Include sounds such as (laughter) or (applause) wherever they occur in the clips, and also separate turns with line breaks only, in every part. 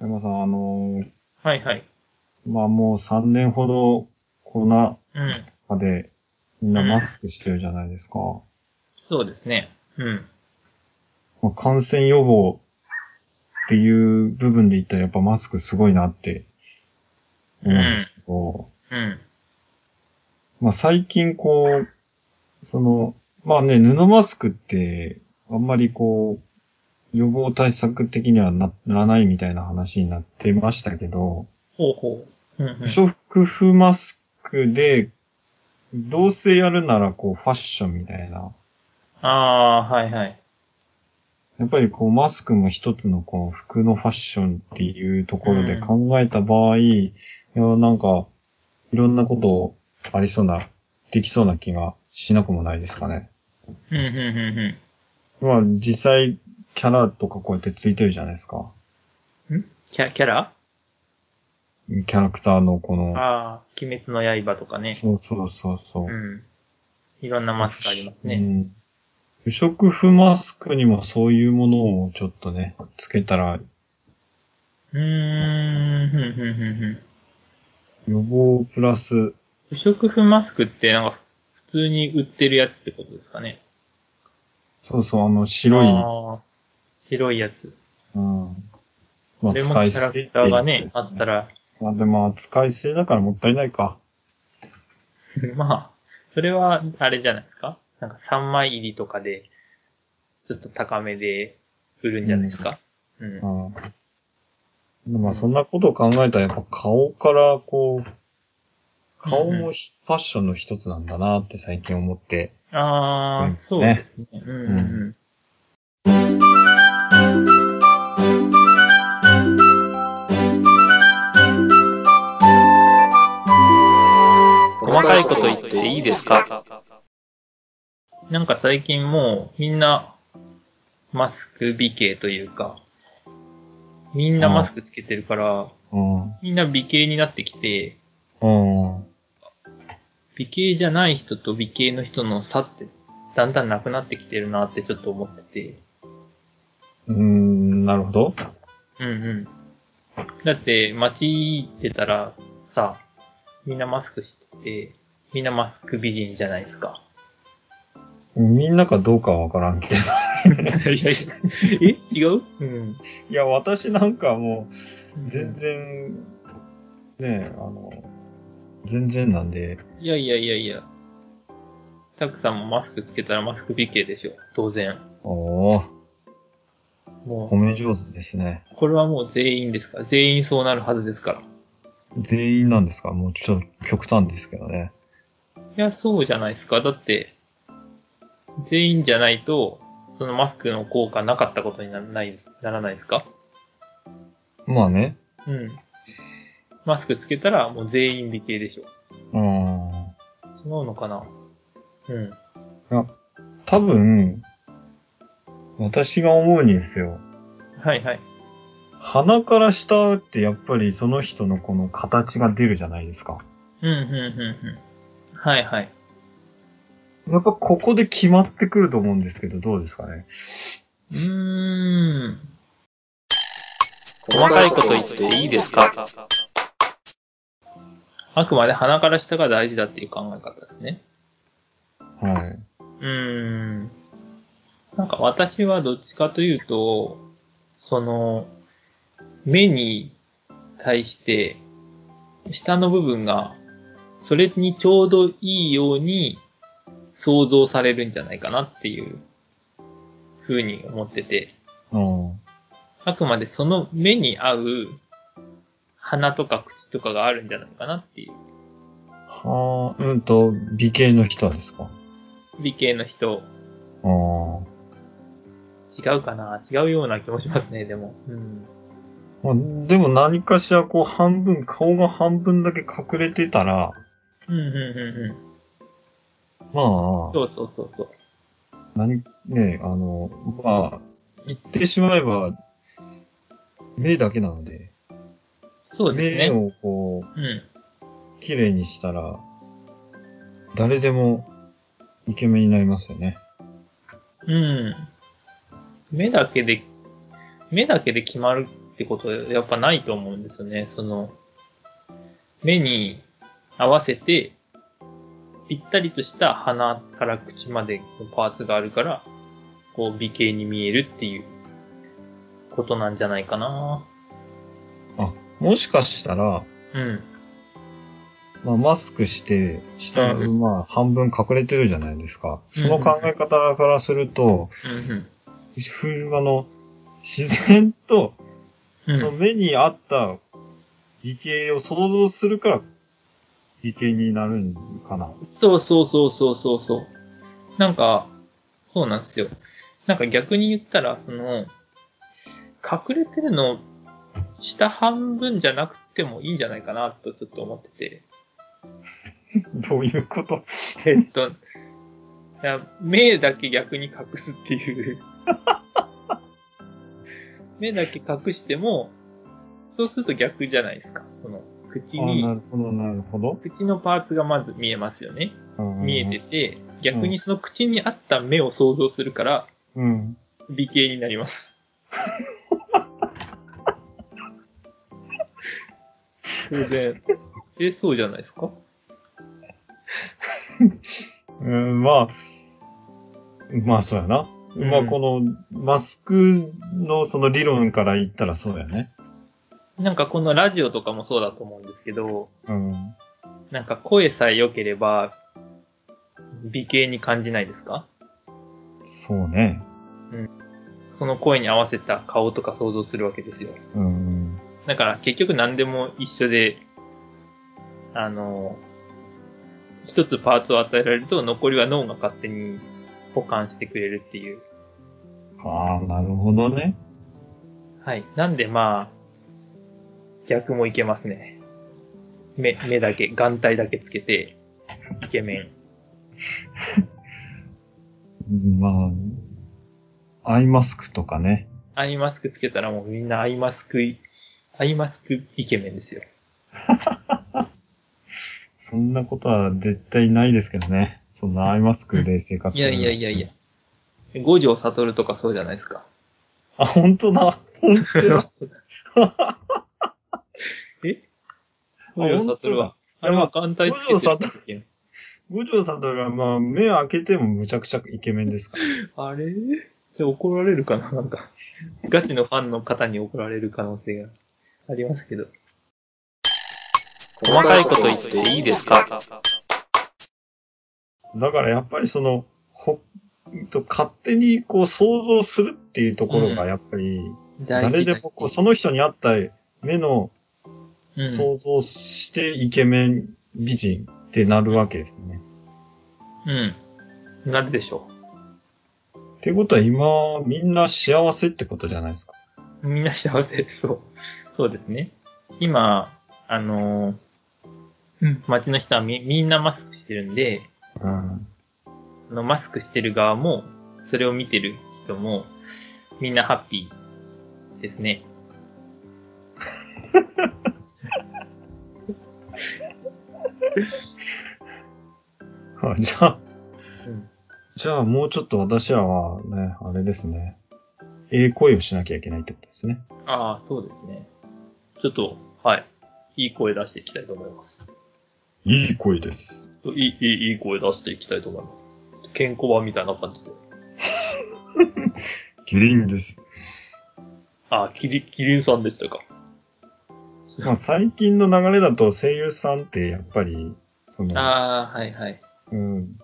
山さん、あのー、
はいはい。
まあもう3年ほどコロナ
うん。
禍でみんなマスクしてるじゃないですか。
そうですね。うん。
まあ、感染予防っていう部分で言ったらやっぱマスクすごいなって思うんですけど、
うん。
まあ最近こう、その、まあね、布マスクってあんまりこう、予防対策的にはなならないみたいな話になってましたけど、
ほうほう。うん、うん。
不織布マスクで、どうせやるならこうファッションみたいな。
ああ、はいはい。
やっぱりこうマスクも一つのこう服のファッションっていうところで
うん
考えた場合、いやなんかいろんなことありそうな、できそうな気がしなくもないですかね。
うん、うん、うん、うん。
まあ実際キャラとかこうやってついてるじゃないですか。
キャキャラ
キャラクターのこの、
ああ、鬼滅の刃とかね。
そうそうそうそう。
うん。いろんなマスクあります
う
ね。
ん。不織布マスクにもそういうものをちょっとね、つけたら
うーん、ふんふんふんふん。
予防プラス、
不織布マスクってなんか普通に売ってるやつってことですかね。
そうそう、あの白い、
ああ白いやつ。
うん。ま
こ
あ
れも
使い
キャ
捨
ラ
てって
クタ
いう
ー
や
が
つ
ね
で、す
あ
ね
ったら、
まあでも使い捨てだからもったいないか。
(laughs) まあ、それは、あれじゃないですかなんか3枚入りとかで、ちょっと高めで売るんじゃないですか、うん、
うん。でまあそんなことを考えたらやっぱ顔からこう、顔もひファッションの一つなんだなって最近思って。
ああ、
そ
そうう
で
ですね。うん
う
うんん
細かいこと言っていいですか
なんか最近もうみんなマスク美形というか、みんなマスクつけてるから、
うん。
みんな美形になってきて、
うん。
美形じゃない人と美形の人の差ってだんだんなくなってきてるなってちょっと思ってて。
うん、なるほど。
うんうん。だって、街出たら、さ、みんなマスクしてて、みんなマスク美人じゃないですか。
みんなかどうかはわからんけど。
(laughs) いやいやえ違ううん。
いや、私なんかもう、全然、ねえ、あの、全然なんで、
いやいやいやいや。たくさんもマスクつけたらマスク美形でしょ。当然。
おー、褒
も
め上手ですね。
う、これはもう全員ですから。全員そうなるはずですから。い
全員なんですかもうちょっと極端ですけどね。
や、そうじゃないですか。だって、全員じゃないと、そのマスクの効果なかったことにならないですならないですか
まあね。
うん。マスクつけたらもう全員美形でしょ。
うん。
違うのかなうん。
多分、私が思うんですよ。
はいはい。
鼻から下ってやっぱりその人のこの形が出るじゃないですか。
うん、うん、うん、うん。はいはい。
やっぱここで決まってくると思うんですけど、どうですかね。
うーん。
細かいこと言っていいですか
あくまで鼻から下が大事だっていう考え方ですね。
はい。
うーん。なんか私はどっちかというと、その、目に対して、下の部分が、それにちょうどいいように想像されるんじゃないかなっていう、ふうに思ってて。
うん。
あくまでその目に合う鼻とか口とかがあるんじゃないかなっていう
はあ、うんと、美形の人はですか
美形の人、
ああ。
違うかな違うような気もしますね、でも。うん。
まあ、でも何かしらこう半分、顔が半分だけ隠れてたら、
うんうんうんうん。
まあ、
そうそうそうそう。
何、ね、あの、まあ、言ってしまえば、目だけなので、
そうです
目
ね。
をこ
うん。
う、綺麗にしたら、誰でもイケメンになりますよね。
うん。目だけで、目だけで決まるってことやっぱないと思うんですよね。その、目に合わせて、ぴったりとした鼻から口までのパーツがあるから、こう美形に見えるっていうことなんじゃないかな。
あ、もしかしたら、
うん。
まあ、マスクして、下、
うん
まあ、半分隠れてるじゃないですか。
うん
その考え方からすると、
うん
ふあの、自然と、
うん。う
その
ん。
目に合った美形を想像するから、美形になるんか
(laughs)
な。
そうそうそうそうそうそう。なんか、そうなんですよ。なんか逆に言ったら、その、隠れてるの、下半分じゃなくてもいいんじゃないかなとちょっと思ってて。
どういうこと
えっと、いや目だけ逆に隠すっていう。 (laughs) 目だけ隠しても、そうすると逆じゃないですか。この口
あな
に、
るほど、なるほど。
口のパーツがまず見えますよね。
うん
見えて。て、逆にその口に合った目を想像するから、
うん。
美形になり
(laughs)
ます。当然。え、そうじゃないですか
うん、まあ、まあ、そうやな。
うん
まあ、この、マスクのその理論から言ったらそうやね。
なんかこのラジオとかもそうだと思うんですけど、
うん。
なんか声さえ良ければ、美形に感じないですか
そうね。
その声に合わせた顔とか想像するわけですよ。
うん。
だから結局何でも一緒で、あの、一つパーツを与えられると残りは脳が勝手に保管してくれるっていう。
ああ、なるほどね。
はい。なんでまあ、逆もいけますね。目、目だけ、眼帯だけつけて、イケメン。
うんまあ、アイマスクとかね。
アイマスクつけたらもうみんなアイマスクい、アイマスクイケメンですよ。
そんなことは絶対ないですけどね。そんなアイマスクで生活
い
す
や
る。
いやいやいや。。五条悟とかそうじゃないですか。
あ、本当だ。本当だ。
え五条悟は、
本
あ
当だいや
れ
ま
は
あ
眼帯つけてる
五条悟
イケメン
五条さんとは、まあ、目開けてもむちゃくちゃイケメンですから。
あれじゃあ怒られるかななんか、ガチのファンの方に怒られる可能性がありますけど。
細かいこと言っていいですか
だからやっぱりその、ほ、と勝手にこう想像するっていうところ
う
が
ん
やっぱり、
大事
誰でもこう、その人に合った目の
うん、
想像してイケメン美人ってなるわけですね。
うん。なるでしょ
ってことは今、みんな幸せってことじゃないですか。
う。みんな幸せです。そう。そうですね。今、あのーうん、街の人はみ、みんなマスクしてるんで、
うん。 (laughs)
あのマスクしてる側も、それを見てる人も、みんなハッピーですね。
あじゃあ、
うん。
じゃあもうちょっと私らはね、あれですね。ええ声をしなきゃいけないってことですね。
ああ、そうですね。ちょっと、はい。いい声出していきたいと思います。
いい声です。
いい、いい、いい声出していきたいと思います。健康版みたいな感じで。
キリンです。
ああ、キリ、キリンさんでしたか。
まあ最近の流れだと声優さんってやっぱり、その、
ああ、はいはい。
うん。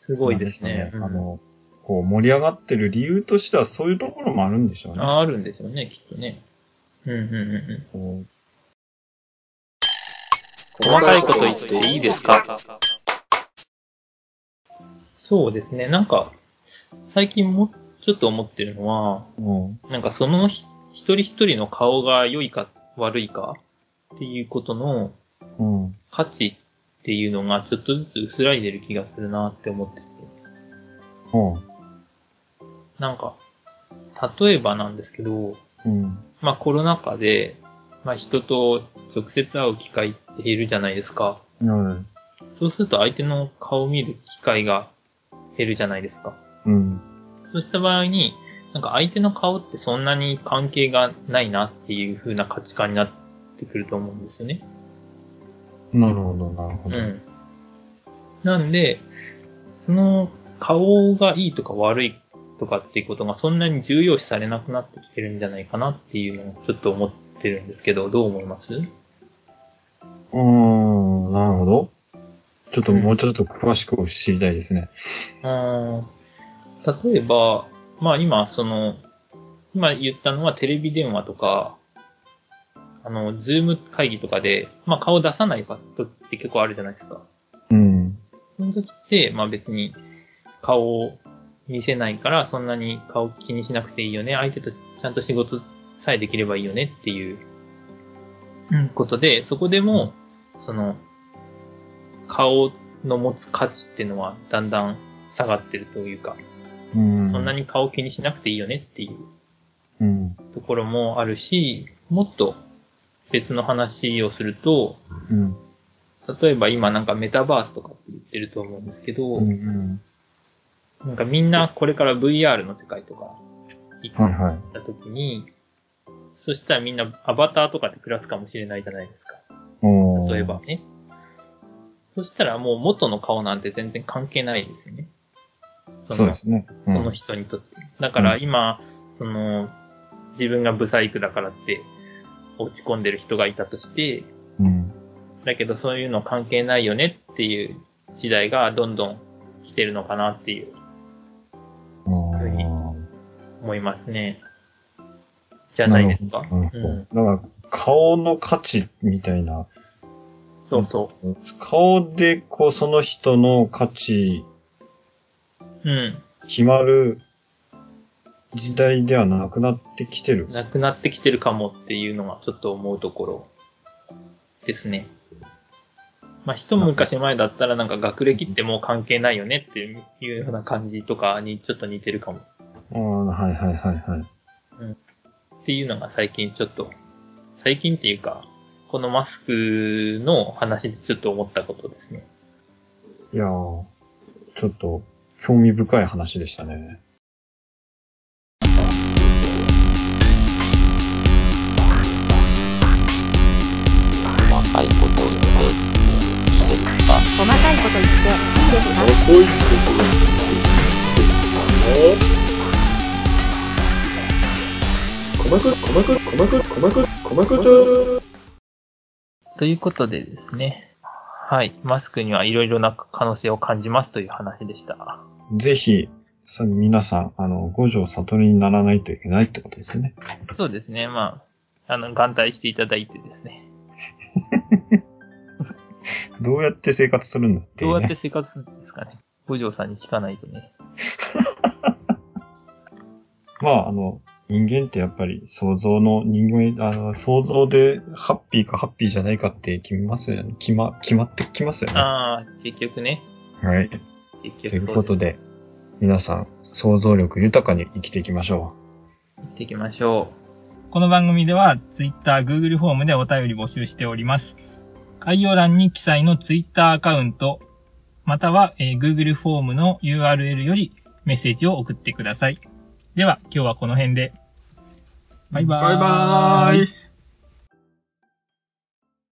すごいです
なん
ね。
しょうあの、こう盛り上がってる理由としてはそういうところもあるんでしょう
うん
ね。
ああ、あるんですよね、きっとね。うん、うん、うんうん。
こう
細かいこと言っていいですか
そうですね。なんか、最近も、ちょっと思ってるのは、
うん
なんかそのひ一人一人の顔が良いか悪いかっていうことの
うん。
価値っていうのがちょっとずつ薄らいでる気がするなって思ってて。
うん。
なんか、例えばなんですけど、
うん。
まあコロナ禍で、まあ人と直接会う機会って減るじゃないですか。
うん。
そうすると相手の顔を見る機会が減るじゃないですか。
うん。
そうした場合に、なんか相手の顔ってそんなに関係がないなっていう風な価値観になってくると思うんですよね。
なるほど、なるほ
う
ど。
ん。なんで、その顔がいいとか悪いとかっていうことがそんなに重要視されなくなってきてるんじゃないかなっていうのをちょっと思ってるんですけど、どう思います
うーん、なるほど。ちょっともうちょっと詳しく知りたいですね。
あー例えば、まあ今、その、今言ったのはテレビ電話とか、あの、ズーム会議とかで、まあ顔出さないパットって結構あるじゃないですか。
うん。
その時って、まあ別に顔を見せないから、そんなに顔気にしなくていいよね。相手とちゃんと仕事さえできればいいよねっていう、うん、ことで、そこでも、その、顔の持つ価値っていうのはだんだん下がってるというか、
うん。
そんなに顔気にしなくていいよねっていう
うん。
ところもあるし、もっと別の話をすると、
うん。
例えば今なんかメタバースとかって言ってると思うんですけど、
うん。うん。
なんかみんなこれから VR の世界とか行
はい
っ
はい。
た時に、そしたらみんなアバターとかで暮らすかもしれないじゃないですか。
おー
例えば。ね。そしたらもう元の顔なんて全然関係ないですよね。その
そうですね。う
そ
ん
の人にとって。だから今、その、自分がブサイクだからって落ち込んでる人がいたとして、
うん。
だけどそういうの関係ないよねっていう時代がどんどん来てるのかなっていう
あー
思いますね。じゃないですか。
なるほど
うん、
だから、顔の価値みたいな、
そうそ
顔で、こう、その人の価値、
う。うん。
決まる時代ではなくなってきてる。
なくなってきてるかもっていうのがちょっと思うところですね。まあ、一昔前だったらなんか学歴ってもう関係ないよねっていうような感じとかにちょっと似てるかも
ああ、はいはいはいはい。
っていうのが最近ちょっと、最近っていうか、このマスクの話でちょっと思ったことですね。
いやー、ちょっと、興味深い話でしたね。
細かいこと言っていいですか
細かいこと言っていいですか
ということでですね。はい。マスクにはいろいろな可能性を感じますという話でした。
ぜひ、さ皆さん、あの、五条悟りにならないといけないってことですよね。
そうですね。まあ、あの、眼帯していただいてですね。
どうやって生活するんだってい
ど
う
う
ね。
やって生活するんですかね。五条さんに聞かないとね。
まあ、あの、人間ってやっぱり想像の人間、あの、想像でハッピーかハッピーじゃないかって決めますよね。決ま、決まってきますよね。
ああ、結局ね。
はい。
結
と
局
い
そう
ことで、皆さん、想像力豊かに生きていきましょ
行っていきましょう。
この番組では Twitter、Google フォームでお便り募集しております。概要欄に記載の Twitter アカウント、または、えー Google フォームの URL よりメッセージを送ってください。では、今日はこの辺で。バイバーイ。
う。イ。